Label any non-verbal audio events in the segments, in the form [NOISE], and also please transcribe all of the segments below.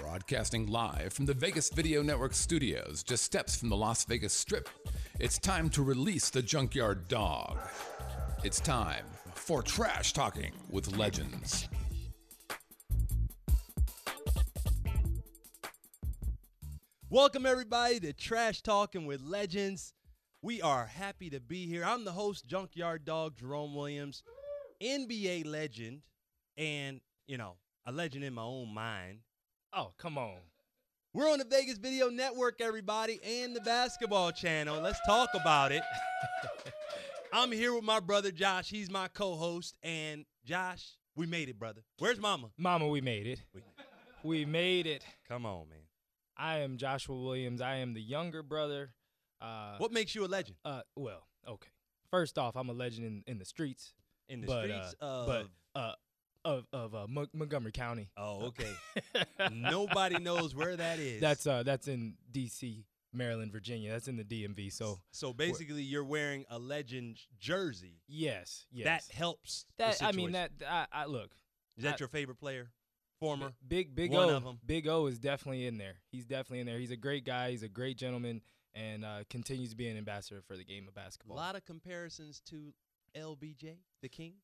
broadcasting live from the Vegas Video Network studios, just steps from the Las Vegas Strip. It's time to release the junkyard dog. It's time for Trash Talking with Legends. Welcome, everybody, to Trash Talking with Legends. We are happy to be here. I'm the host, Junkyard Dog Jerome Williams, NBA legend, and, you know, a legend in my own mind. Oh, come on. We're on the Vegas Video Network, everybody, and the basketball channel. Let's talk about it. [LAUGHS] I'm here with my brother Josh. He's my co-host, and Josh, we made it, brother. Where's Mama? Mama, we made it. We- We made it. Come on, man. I am Joshua Williams. I am the younger brother. Uh, What makes you a legend Uh, well, okay. First off, I'm a legend in, in the streets. in the but, streets uh, of? But, uh, of of uh, Mon- Montgomery County. oh, okay. [LAUGHS] Nobody knows where that is. That's uh, that's in D.C., Maryland, Virginia. That's in the DMV. So so basically, you're wearing a legend jersey. yes, yes. That helps. the that I mean situation. that uh, I, I look. is that I- your favorite player, former. Big Big One O. of 'em. Big O is definitely in there. He's definitely in there. He's a great guy. He's a great gentleman, and uh, continues to be an ambassador for the game of A basketball. lot of comparisons to LBJ, the king.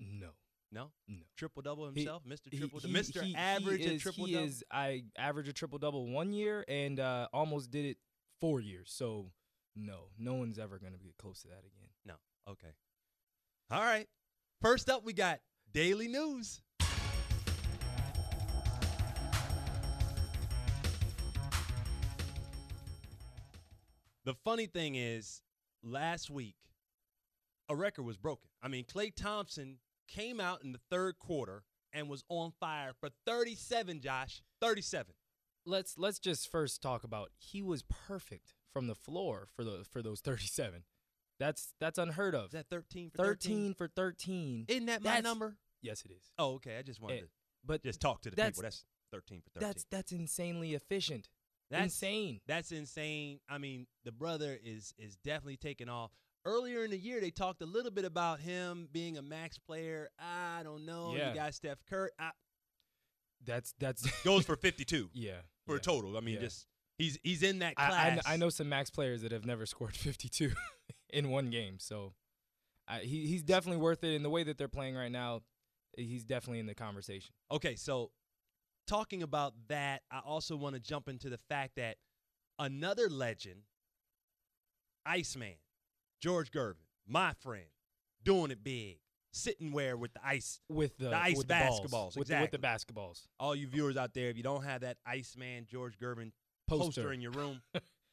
no, No, no. triple double He- himself, Mr. He- Triple, he- Mr. he- he Average at is- triple He double. is. I averaged a triple double one year and uh, almost did it four years. So no, no one's ever gonna get close to that again. No. Okay. All right. First up, we got daily news. The funny thing is, last week, a record was broken. I mean, Clay Thompson came out in the third quarter and was on fire for 37, Josh. 37. Let's let's just first talk about he was perfect from the floor for the for those [LAUGHS] thirty seven. That's that's unheard Is of. that 13 for 13? Thirteen for thirteen. Isn't that my That's- number? Yes, it is. Oh, okay. I just wanted Eh, to But just talk to the that's- people. That's 13 for 13. that's that's insanely efficient. That's- insane. That's insane. I mean, the brother is is definitely taking off. Earlier in the year, they talked a little bit about him being a max player. I don't know. Yeah. You got Steph Curry. I, That's that's goes for [LAUGHS] 52 [LAUGHS] yeah for yeah. a total. I mean, yeah. just he's he's in that I- I, kn- class. I know some max players that have never scored [LAUGHS] 52 in one game. So I, he, he's definitely worth it. And the way that they're playing right now, he's definitely in the conversation. Okay, so talking about that, I also want to jump into the fact that another legend, Iceman, George Gervin, my friend, doing it big, sitting where with the ice With the, The ice with the balls, basketballs, with, the, with the basketballs. all you viewers out there, if you don't have that Iceman George Gervin poster, Poster. in your [LAUGHS] room,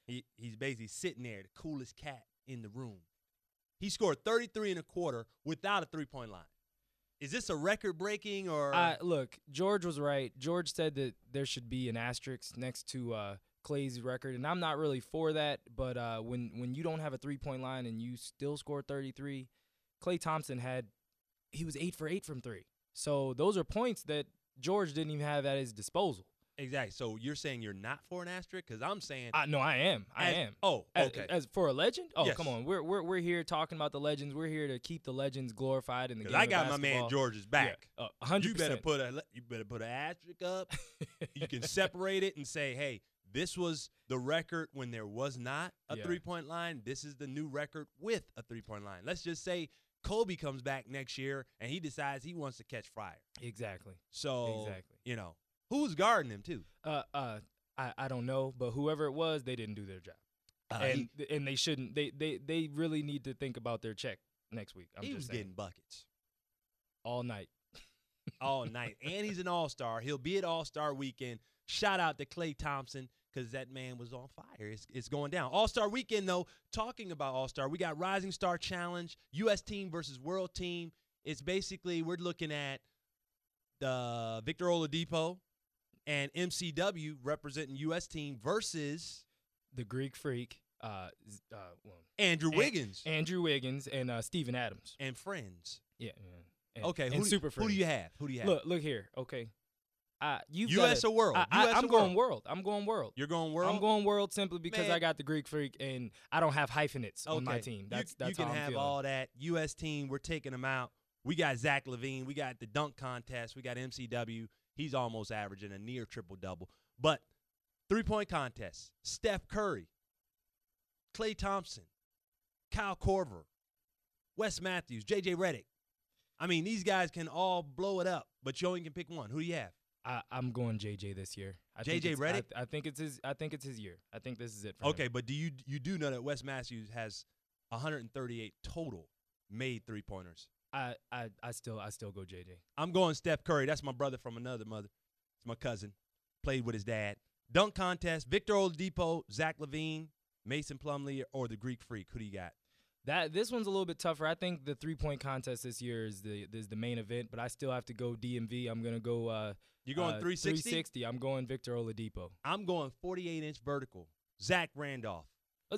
he, he's basically sitting there, the coolest cat in the room. He scored 33 and a quarter without a three point line. Is this a record breaking or? I, look, George was right. George said that there should be an asterisk next to uh, Clay's record, and I'm not really for that. But uh, when when you don't have a three point line and you still score 33, Clay Thompson had he was eight for eight from three. So those are points that George didn't even have at his disposal. exactly. So you're saying you're not for an asterisk? Because I'm saying. I, no, I am. I As- am. oh, As- okay. As, for a legend? Oh, Yes. come on. We're, we're we're here talking about the legends. We're here to keep the legends glorified in the 'cause game. I of got my man basketball. George's back. Yeah, Uh, a hundred You better percent. put a le- you better put an asterisk up. you can separate it and say, hey, this was the record when there was not a Yeah. three point line. This is the new record with a three point line. Let's just say Kobe comes back next year and he decides he wants to catch fire. [LAUGHS] Exactly. So Exactly. you know who's guarding him too. Uh, uh, I, I don't know, but whoever it was, they didn't do their job, Uh, and and they shouldn't. They they they really need to think about their check next week. I'm he just was saying. getting buckets all night. all night, and he's an all star. He'll be at All Star Weekend. Shout out to Clay Thompson because that man was on fire. It's, it's going down. All Star Weekend though. Talking about All Star, we got Rising Star Challenge, U.S. team versus World team. It's basically we're looking at the Victor Oladipo and MCW representing U.S. team versus The Greek Freak, uh, z- uh, well, Andrew An- Wiggins and, Andrew Wiggins, and uh, Steven Adams. friends. Yeah. yeah. And, Okay, and who, do- super who do Freak. you have? Who do you have? Look, look here. Okay. Uh, you've US gotta- or world? I, I, US I'm or going world. I'm going world. you're going world. I'm going world simply because Man. I got the Greek freak and I don't have hyphenates on my Okay. team. You- That's you, that's can how I'm have feeling. all that U.S. team. We're taking them out. We got Zach Levine. We got the dunk contest. We got MCW. He's almost averaging a near triple double. But three point contest Steph Curry, Clay Thompson, Kyle Corver, Wes Matthews, JJ Reddick. I mean, these guys can all blow it up, but you only can pick one. Who do you have? I, I'm going JJ this year. I think JJ it's- Redick? I, I think it's his. I think it's his year. I think this is it. For him. Okay, but do you you do know that Wes Matthews has 138 total made three pointers? I, I I still I still go JJ. I'm going Steph Curry. That's my brother from another mother. It's my cousin. Played with his dad. Dunk contest: Victor Oladipo, Zach Levine, Mason Plumlee, or the Greek Freak. Who do you got? That this one's a little bit tougher. I think the three point contest this year is the is the main event, but I still have to go DMV. I'm gonna go. Uh, You're going uh, 360. 360. I'm going Victor Oladipo. I'm going 48 inch vertical. Zach Randolph. Uh,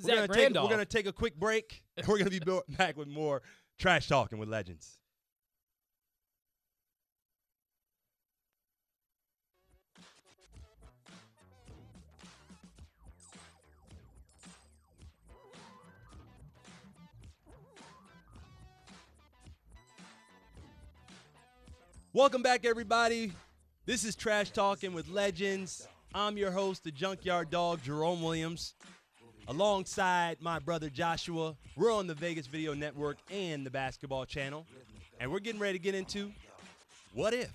We're gonna Zach take- Randolph. we're gonna take a quick break. [LAUGHS] and we're gonna be bo- back [LAUGHS] with more trash talking with legends. Welcome back, everybody. This is Trash Talking with Legends. I'm your host, the Junkyard Dog, Jerome Williams alongside my brother Joshua. We're on the Vegas Video Network and the Basketball Channel, and we're getting ready to get into what if.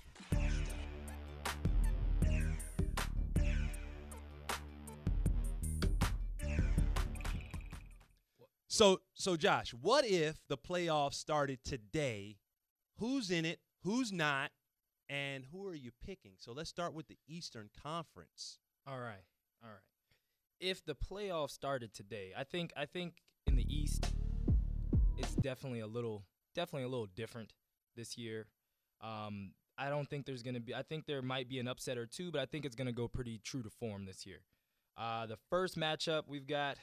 So, so Josh, what if the playoffs started today? Who's in it? Who's not? And who are you picking? So let's start with the Eastern Conference. All right, all right. If the playoffs started today, I think I think in the East, it's definitely a little definitely a little different this year. Um, I don't think there's gonna be. I think there might be an upset or two, but I think it's gonna go pretty true to form this year. Uh, the first matchup we've got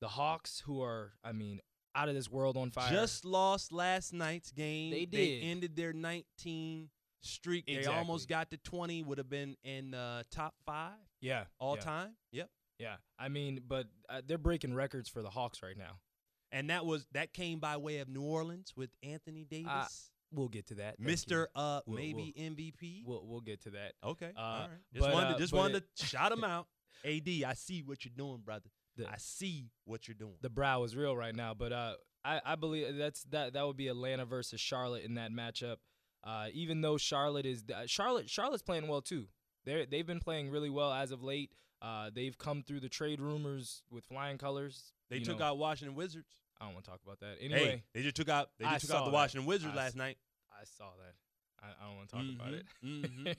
the Hawks, who are I mean out of this world on fire. Just lost last night's game. They did. ended their 19 streak. They Exactly. almost got to 20. Would have been in uh, top five yeah, all yeah, time. Yep. Yeah, I mean, but uh, they're breaking records for the Hawks right now. And that was that came by way of New Orleans with Anthony Davis, We'll get to that, Ah, Thank you. Mister uh, We'll- maybe MVP. We'll we'll get to that. okay. uh, all right. Just but, wanted to, uh, just but wanted it- to shout [LAUGHS] him out. Ad, I see what you're doing, brother. The- I see what you're doing. the brow is real right now. But uh, I, I believe that's that that would be Atlanta versus Charlotte in that matchup. Uh, even though Charlotte is uh, Charlotte, Charlotte's playing well too. They they've been playing really well as of late. Uh, they've come through the trade rumors with flying colors. they You took know, out Washington Wizards. I don't want to talk about that. Anyway, hey, they just took out. They I just took out saw the that. Washington Wizards I last s- night. I saw that. I, I don't want to talk about it. [LAUGHS] hmm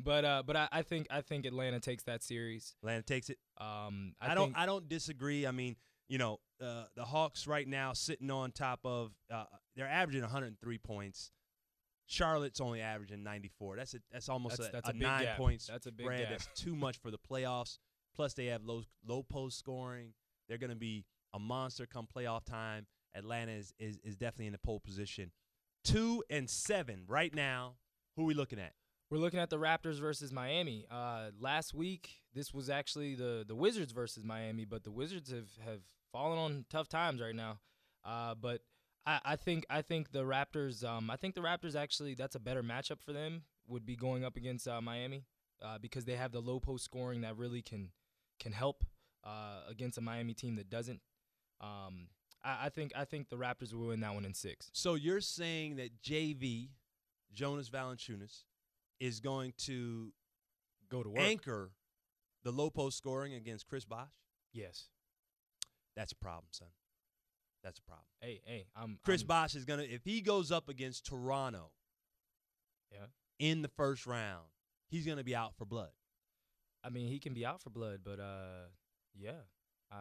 but uh, but I, I think I think Atlanta takes that series. Atlanta takes it. Um, I, I, don't. think- I don't disagree. I mean, you know, uh, the Hawks right now sitting on top of. Uh, they're averaging 103 points. Charlotte's only averaging 94. That's a, That's almost That's- a, that's a big nine gap. points. That's a big spread. gap. That's too much for the playoffs. Plus, they have low low post scoring. They're going to be a monster come playoff time. Atlanta is, is is definitely in the pole position. Two and seven right now. Who we looking at? We're looking at the Raptors versus Miami. Uh, last week, this was actually the the Wizards versus Miami, but the Wizards have, have fallen on tough times right now. Uh, but I, I think I think the Raptors. Um, I think the Raptors actually that's a better matchup for them. Would be going up against uh, Miami uh, because they have the low post scoring that really can can help uh, against a Miami team that doesn't. Um, I, I think I think the Raptors will win that one in six. So you're saying that JV, Jonas Valanciunas, is going to Go to work. anchor the low post scoring against Chris Bosh? yes. That's a problem, son. That's a problem. Hey hey. I'm Chris I'm- Bosh is gonna if he goes up against Toronto Yeah. in the first round, he's gonna be out for blood. I mean, he can be out for blood, but uh, yeah. Uh,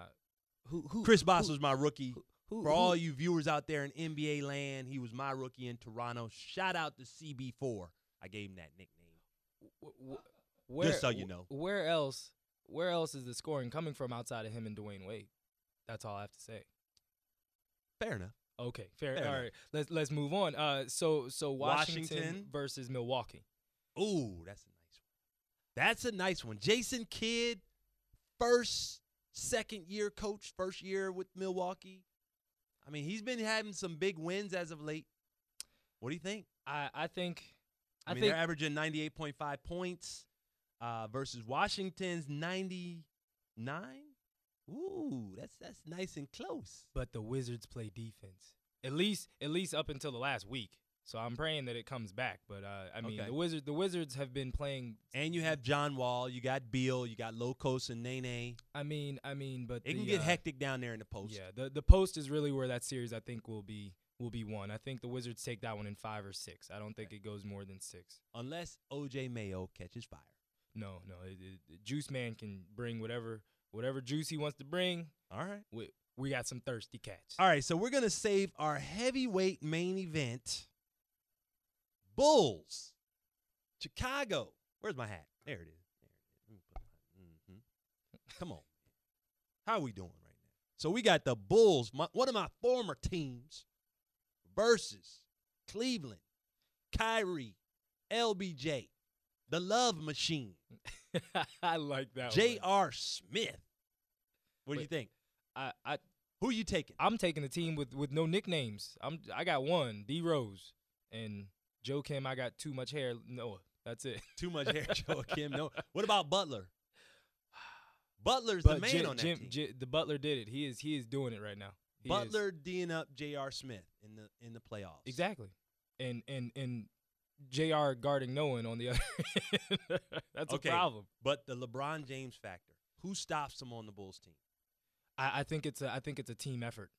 who who Chris who- Bosh was my rookie. who- who- For all who- you viewers out there in NBA land, he was my rookie in Toronto. Shout out to CB4. I gave him that nickname. wh- wh- where, so you wh- know. where else where else is the scoring coming from outside of him and Dwayne Wade? That's all I have to say. Fair enough. Okay, fair. Fair all enough. right, let's let's move on. Uh, so so Washington, Washington. versus Milwaukee. Ooh, that's a nice one. That's a nice one. Jason Kidd, first, second year coach, first year with Milwaukee. I mean, he's been having some big wins as of late. What do you think? I I think I, I, mean, think they're averaging 98.5 points. uh, versus Washington's 99. Ooh, that's that's nice and close. But the Wizards play defense. At least at least up until the last week. So I'm praying that it comes back. But uh, I mean Okay. the Wizards the Wizards have been playing And you have John Wall, you got Beal, you got Locos and Nene. I mean I mean but It can the, get uh, hectic down there in the post. Yeah, the the post is really where that series I think will be will be won. I think the Wizards take that one in five or six. I don't think Eh. it goes more than six. Unless OJ Mayo catches fire. No, no. It, it, it- Juice Man can bring whatever whatever juice he wants to bring. All right. We we got some thirsty cats. All right, so we're going to save our heavyweight main event Bulls, Chicago. Where's my hat? There it is. There it is. Mm-hmm. Come on. How are we doing right now? So we got the Bulls, my, one of my former teams, versus Cleveland, Kyrie, LBJ, the Love Machine, [LAUGHS] I like that. one. J.R. Smith. What do you Wait. think? I, I Who you taking? I'm taking a team with with no nicknames. I'm I got one D Rose and Joe Kim. I got too much hair. Noah. That's it. Too much [LAUGHS] hair, Joakim. No. What about Butler? Butler's the man Jim, on that Jim, team. Ji- the Butler did it. He is he is doing it right now. He is. Butler D'ing up J.R. Smith in the in the playoffs. Exactly. And and and JR guarding no one on the [LAUGHS] other end. That's Okay. a problem. But the LeBron James factor. Who stops him on the Bulls team? I, I think it's a I think it's a team effort.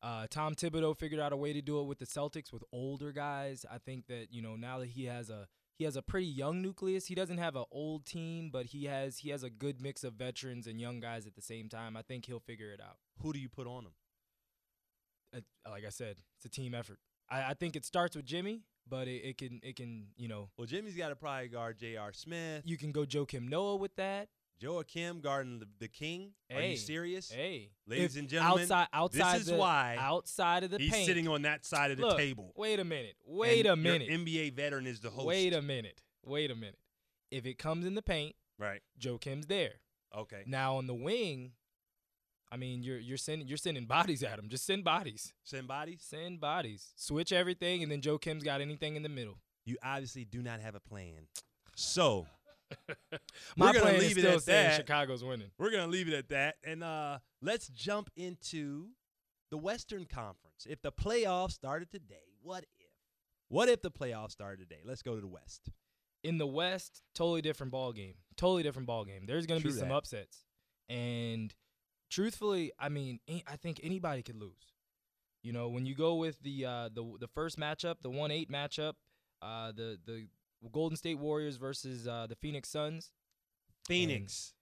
Uh, Tom Thibodeau figured out a way to do it with the Celtics with older guys. I think that you know now that he has a he has a pretty young nucleus. He doesn't have an old team, but he has he has a good mix of veterans and young guys at the same time. I think he'll figure it out. Who do you put on him? Uh, like I said, it's a team effort. I, I think it starts with Jimmy, but it, it can it can you know Well, Jimmy's got to probably guard J.R. Smith. you can go Joe Kim Noah with that. Joakim guarding the, the king. Are Hey, you serious? Hey, Ladies If and gentlemen, outside outside is the, why outside of the He's paint. sitting on that side of the Look, table. Wait a minute. Wait And a minute. Your NBA veteran is the host. Wait a minute. Wait a minute. If it comes in the paint, Right. Joe Kim's there. Okay. Now on the wing, I mean you're you're sending you're sending bodies at him. Just send bodies. Send bodies. Send bodies. Switch everything, and then Joe Kim's got anything in the middle. You obviously do not have a plan. So. My gonna plan leave is it still at saying that. Chicago's winning. we're gonna leave it at that and uh let's jump into the western conference if the playoffs started today what if what if the playoffs started today let's go to the west in the West, totally different ball game. Totally different ball game. There's going to be True some that. upsets, and truthfully, I mean, a- I think anybody could lose. You know, when you go with the uh, the the first matchup, the one eight matchup, uh, the the Golden State Warriors versus uh, the Phoenix Suns. phoenix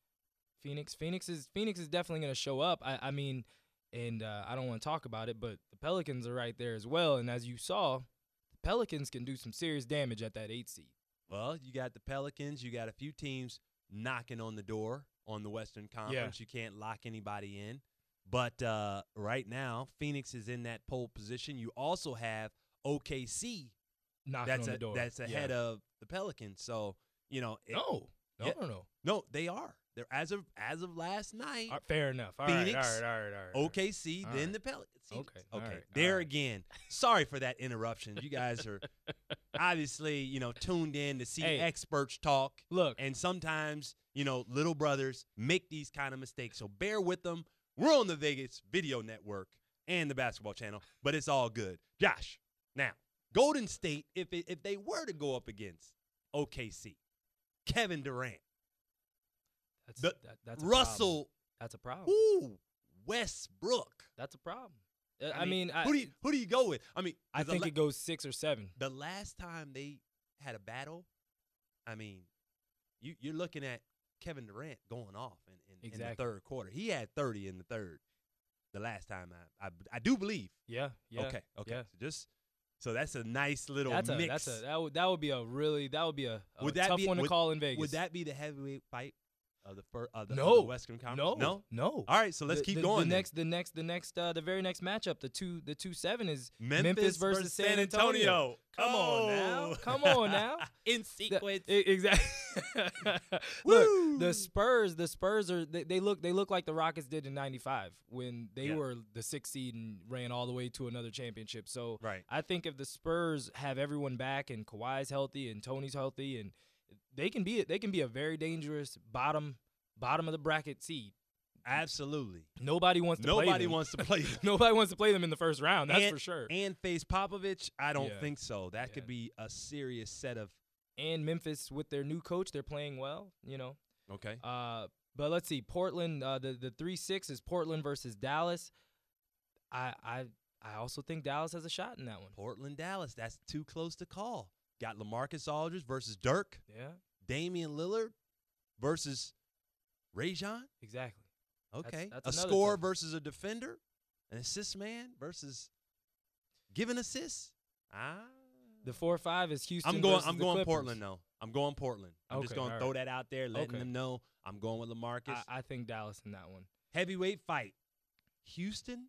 Phoenix, Phoenix is Phoenix is definitely going to show up. I, I mean, and uh, I don't want to talk about it, but the Pelicans are right there as well. And as you saw, the Pelicans can do some serious damage at that eight seed. well you got the pelicans you got a few teams knocking on the door on the western conference you can't lock anybody in but uh right now phoenix is in that pole position you also have okc Knocking that's on a, the door. that's Yeah. ahead of the pelicans so you know it- No, no, Yeah. no, no. no they are they're as of as of last night All right, fair enough. All right, Phoenix, all right, all right, all right. all right. OKC, All then right. the Pelicans. See, Okay, all Okay. right, all There right. again. Sorry for that interruption. You guys [LAUGHS] are obviously, you know, tuned in to see Hey. experts talk. Look, And sometimes, you know, little brothers make these kind of mistakes. So bear with them. We're on the Vegas Video Network and the basketball channel, but it's all good. Josh, now, Golden State, if, it, if they were to go up against OKC, Kevin Durant, that's, the- that, that's a Problem. Oh. Russell, That's a problem. ooh, Westbrook. That's a problem. Uh, I, mean, I, who do you who do you go with? I mean, I the think la- it goes six or seven. the last time they had a battle, I mean, you you're looking at Kevin Durant going off in, in, in the Exactly. third quarter. He had 30 in the third. The last time I I, I do believe. Yeah, yeah. okay, okay. yeah. So just so that's a nice little That's a, mix. that's a that would that would be a really that would be a, a Would that tough be- one to would- call in Vegas. Would that be the heavyweight fight of the first of the, of the No, Western no, Conference? no, no. All right, so let's The- keep the, going. The then. next, the next, the next, uh, the very next matchup, the two, the two seven is Memphis, versus San Antonio. Come on now, Oh. come on now. [LAUGHS] In The- sequence. e- [LAUGHS] exactly. Look, Woo! the Spurs, the Spurs are they, they look they look like the Rockets did in '95 when they Yeah. were the sixth seed and ran all the way to another championship. So Right. I think if the Spurs have everyone back and Kawhi's healthy and Tony's healthy and th- they can be they can be a very dangerous bottom bottom of the bracket seed. Absolutely. Nobody wants to play Nobody them. wants to play. them. [LAUGHS] Nobody wants to play them in the first round. That's And- for sure. And, and face Popovich, I don't Yeah. think so. That Yeah. could be a serious set of Memphis with their new coach, they're playing well. You know. okay. Uh, but let's see. Portland. Uh, the the three six is Portland versus Dallas. I I I also think Dallas has a shot in that one. Portland, Dallas. That's too close to call. Got Lamarcus Aldridge versus Dirk, Yeah. Damian Lillard versus Rajon. Exactly. Okay, that's another a scorer tough one. versus a defender, an assist man versus giving assists. Ah, The four five is Houston. I'm going. versus I'm the going Clippers. Portland though. I'm going Portland. I'm just Okay, going to all throw right. that out there, letting Okay. them know I'm going with Lamarcus. I, I think Dallas in that one. Heavyweight fight, Houston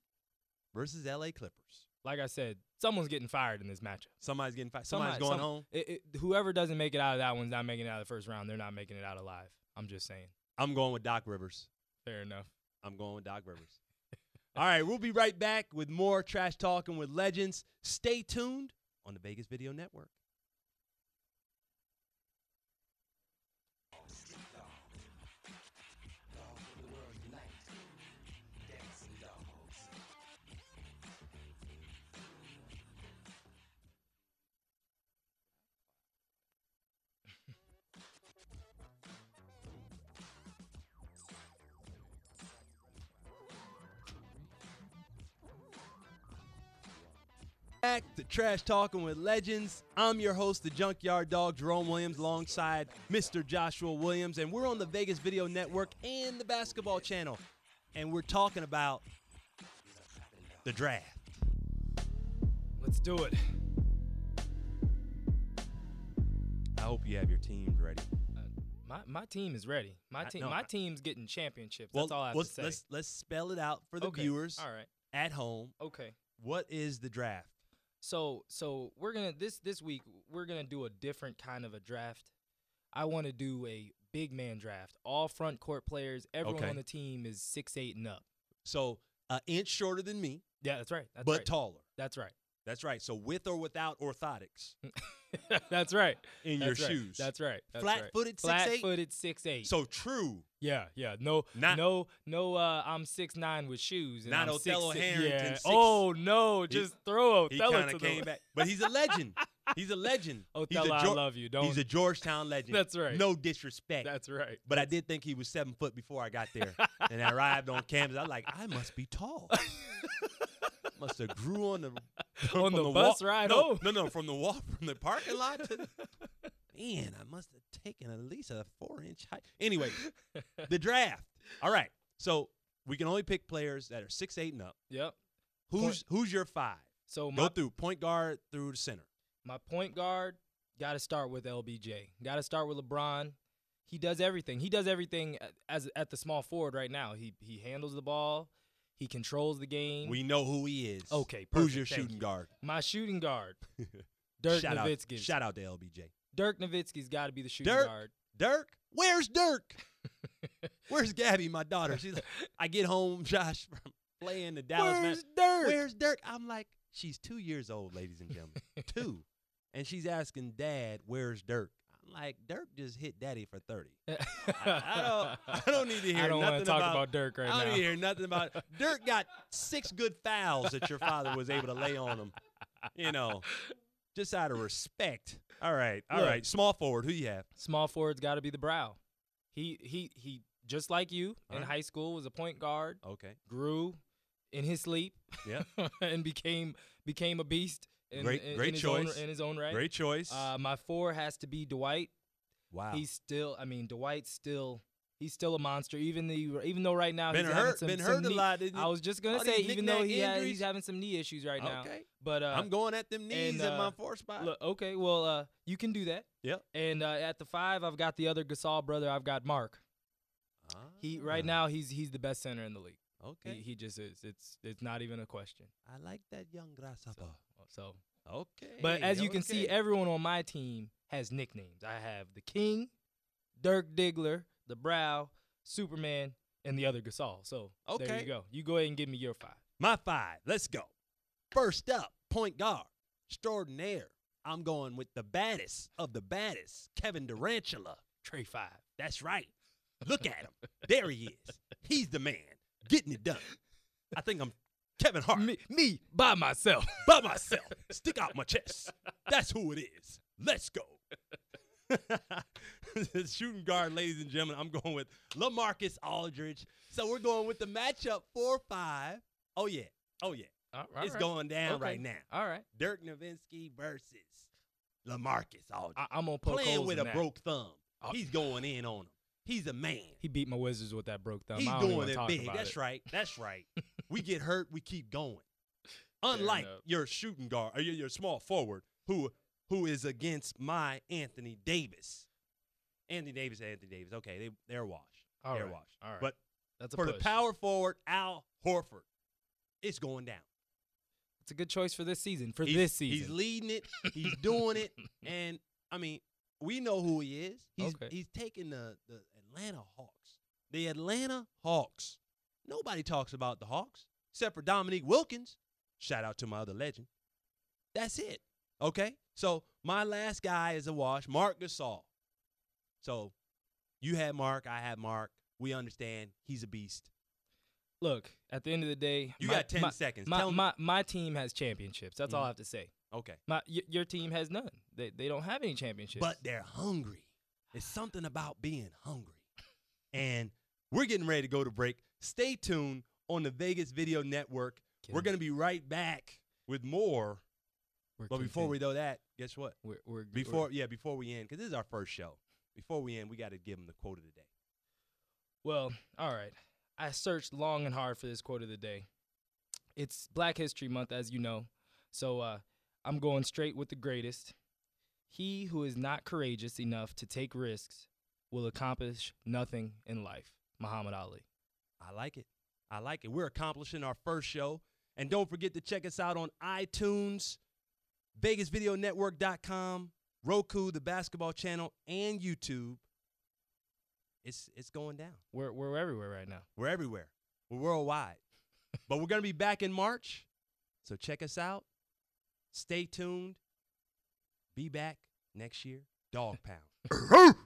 versus L.A. Clippers. Like I said, someone's getting fired in this matchup. Somebody's getting fired. Somebody- Somebody's going some- home. It, it- whoever doesn't make it out of that one's not making it out of the first round. They're not making it out alive. I'm just saying. I'm going with Doc Rivers. Fair enough. I'm going with Doc Rivers. [LAUGHS] All right, we'll be right back with more trash talking with legends. Stay tuned on the Vegas Video Network. Back to Trash Talking with Legends. I'm your host, the Junkyard Dog, Jerome Williams, alongside Mr. Joshua Williams, and we're on the Vegas Video Network and the Basketball Channel, and we're talking about the draft. Let's do it. I hope you have your teams ready. My my team is ready. My I- team no, my I- team's getting championships. Well, That's all I have let's, to say. let's let's spell it out for the Okay. viewers All right. at home. Okay. What is the draft? So so we're gonna this this week we're gonna do a different kind of a draft. I want to do a big man draft. All front court players. Everyone Okay. on the team is six eight and up. So an inch shorter than me, Yeah, that's right. That's but right. taller. that's right. [LAUGHS] That's right. So with or without orthotics that's right. in Mm, That's your right. shoes. That's right. That's right. Flat-footed 6'8"? Flat-footed six eight. so true. yeah, yeah. No, Not- no, no. Uh, I'm six nine with shoes. And Not I'm Othello 6'6" Harrington, Yeah. six- oh no, just throw He Othello kind to of came the, back, but he's a legend. He's a legend. [LAUGHS] Othello, he's a I Geor- love you. Don't. He's a Georgetown legend. [LAUGHS] That's right. No disrespect, that's right. but I did think he was seven foot before I got there, and I arrived on campus. I'm like, I must be [LAUGHS] tall. must have grew on the On from the walk- bus ride no, home. No, no, from the walk from the parking lot [LAUGHS] to. Man, I must have taken at least a four inch height. Anyway, the draft. All right, so we can only pick players that are six eight and up. Yep. Who's who's your five? Go So Oh, my through point guard through the center. my point guard got to start with LBJ. Got to start with LeBron. He does everything. He does everything a- as at the small forward right now. He he handles the ball. He controls the game. We know who he is. Okay, Who's perfect. your Thank shooting you. guard? my [LAUGHS] shooting guard, Dirk shout Nowitzki. Out, shout out to LBJ. Dirk Nowitzki's got to be the shooting Dirk? guard. Dirk, where's Dirk? [LAUGHS] where's Gabby, my daughter? She's. Like, I get home, [LAUGHS] Josh, from playing the Dallas. Mavericks. Where's Dirk? Where's Dirk? I'm like, she's two years old, ladies and [LAUGHS] gentlemen. two. And she's asking dad, where's Dirk? I'm like, Dirk just hit daddy for 30. I don't- I don't need to [LAUGHS] I hear don't wanna nothing talk about- about, Dirk right I now. don't hear nothing about [LAUGHS] it. Dirk got six good fouls that your father was able to lay on him. You know, just out of respect. All right. all right. Look. Small forward, who you have? Small forward's got to be the brow. He he he. Just like you in Alright. high school, was a point guard, Okay. grew in his sleep, Yeah. [LAUGHS] and became became a beast. In, Great- in, great in his own- choice. in his own right. Great choice. Uh, my four has to be Dwight. wow. He's still, I mean, Dwight's still, he's still a monster. Even the, even though right now been he's having hurt, some- been some hurt a knee- lot. didn't he? I was just all gonna say, these even though he knick-knack had, he's injuries. having some knee issues right now. Okay. But uh, I'm going at them knees and, at my uh, four spot. look, okay, well, uh, you can do that. Yep. And uh, at the five, I've got the other Gasol brother. I've got Mark. He right Ah, now he's he's the best center in the league. Okay. He, he just is. It's it's not even a question. I like that young grasshopper. So, Okay. but as you can see, okay. everyone on my team has nicknames. I have the King, Dirk Diggler, the Brow, Superman, and the other Gasol. So there Okay. you go. You go ahead and give me your five. my five. Let's go. First up, point guard extraordinaire, I'm going with the baddest of the baddest, Kevin Durantula. Trey Five. That's right. Look at him. There he is. He's the man getting it done. I think I'm Kevin Hart Me, me by myself. [LAUGHS] by myself. Stick out my chest. That's who it is. Let's go. [LAUGHS] Shooting guard, ladies and gentlemen, I'm going with Lamarcus Aldridge. So we're going with the matchup 4 5. Oh, yeah. Oh, yeah. All it's going down Okay. right now. All right. Dirk Nowitzki versus Lamarcus Aldridge. I, I'm gonna poke Playing holes with in a that. broke thumb. Oh. He's going in on him. He's a man. He beat my Wizards with that broke thumb. He's I don't even doing wanna it talk big. about That's it. right. That's [LAUGHS] right. we get hurt, we keep going. Unlike enough. your shooting guard or your, your small forward who who is against my Anthony Davis. Anthony Davis, Anthony Davis. Okay, they they're washed. All they're right. washed. All right. But That's a for the push. power forward, Al Horford, it's going down. It's a good choice for this season. For He's- this He's season. leading [LAUGHS] it. He's doing it. And I mean, we know who he is. He's Okay. he's taking the the Atlanta Hawks. The Atlanta Hawks. Nobody talks about the Hawks except for Dominique Wilkins. Shout out to my other legend. That's it. Okay? So my last guy is a wash, Mark Gasol. So you had Mark, I had Mark. We understand he's a beast. Look, at the end of the day, You my- got 10 my- seconds. My, Tell me. Mm-hmm. my my team has championships. That's all I have to say. Okay. My y- your team has none. They they don't have any championships. but they're hungry. It's something about being [LAUGHS] hungry. And we're getting ready to go to break. Stay tuned on the Vegas Video Network. Get We're 'em. going to be right back with more. We're But before we content. do that, guess what? we're, we're we're- Before yeah, before we end, because this is our first show. Before we end, we got to give them the quote of the day. Well, all right. I searched long and hard for this quote of the day. It's Black History Month, as you know. So uh, I'm going straight with the greatest. He who is not courageous enough to take risks will accomplish nothing in life. Muhammad Ali. I like it. I like it. We're accomplishing our first show. And don't forget to check us out on iTunes, VegasVideoNetwork.com, Roku, the basketball channel, and YouTube. It's it's going down. We're, we're everywhere right now. We're everywhere. We're worldwide. but we're gonna be back in March. So check us out. Stay tuned. Be back next year. Dog pound.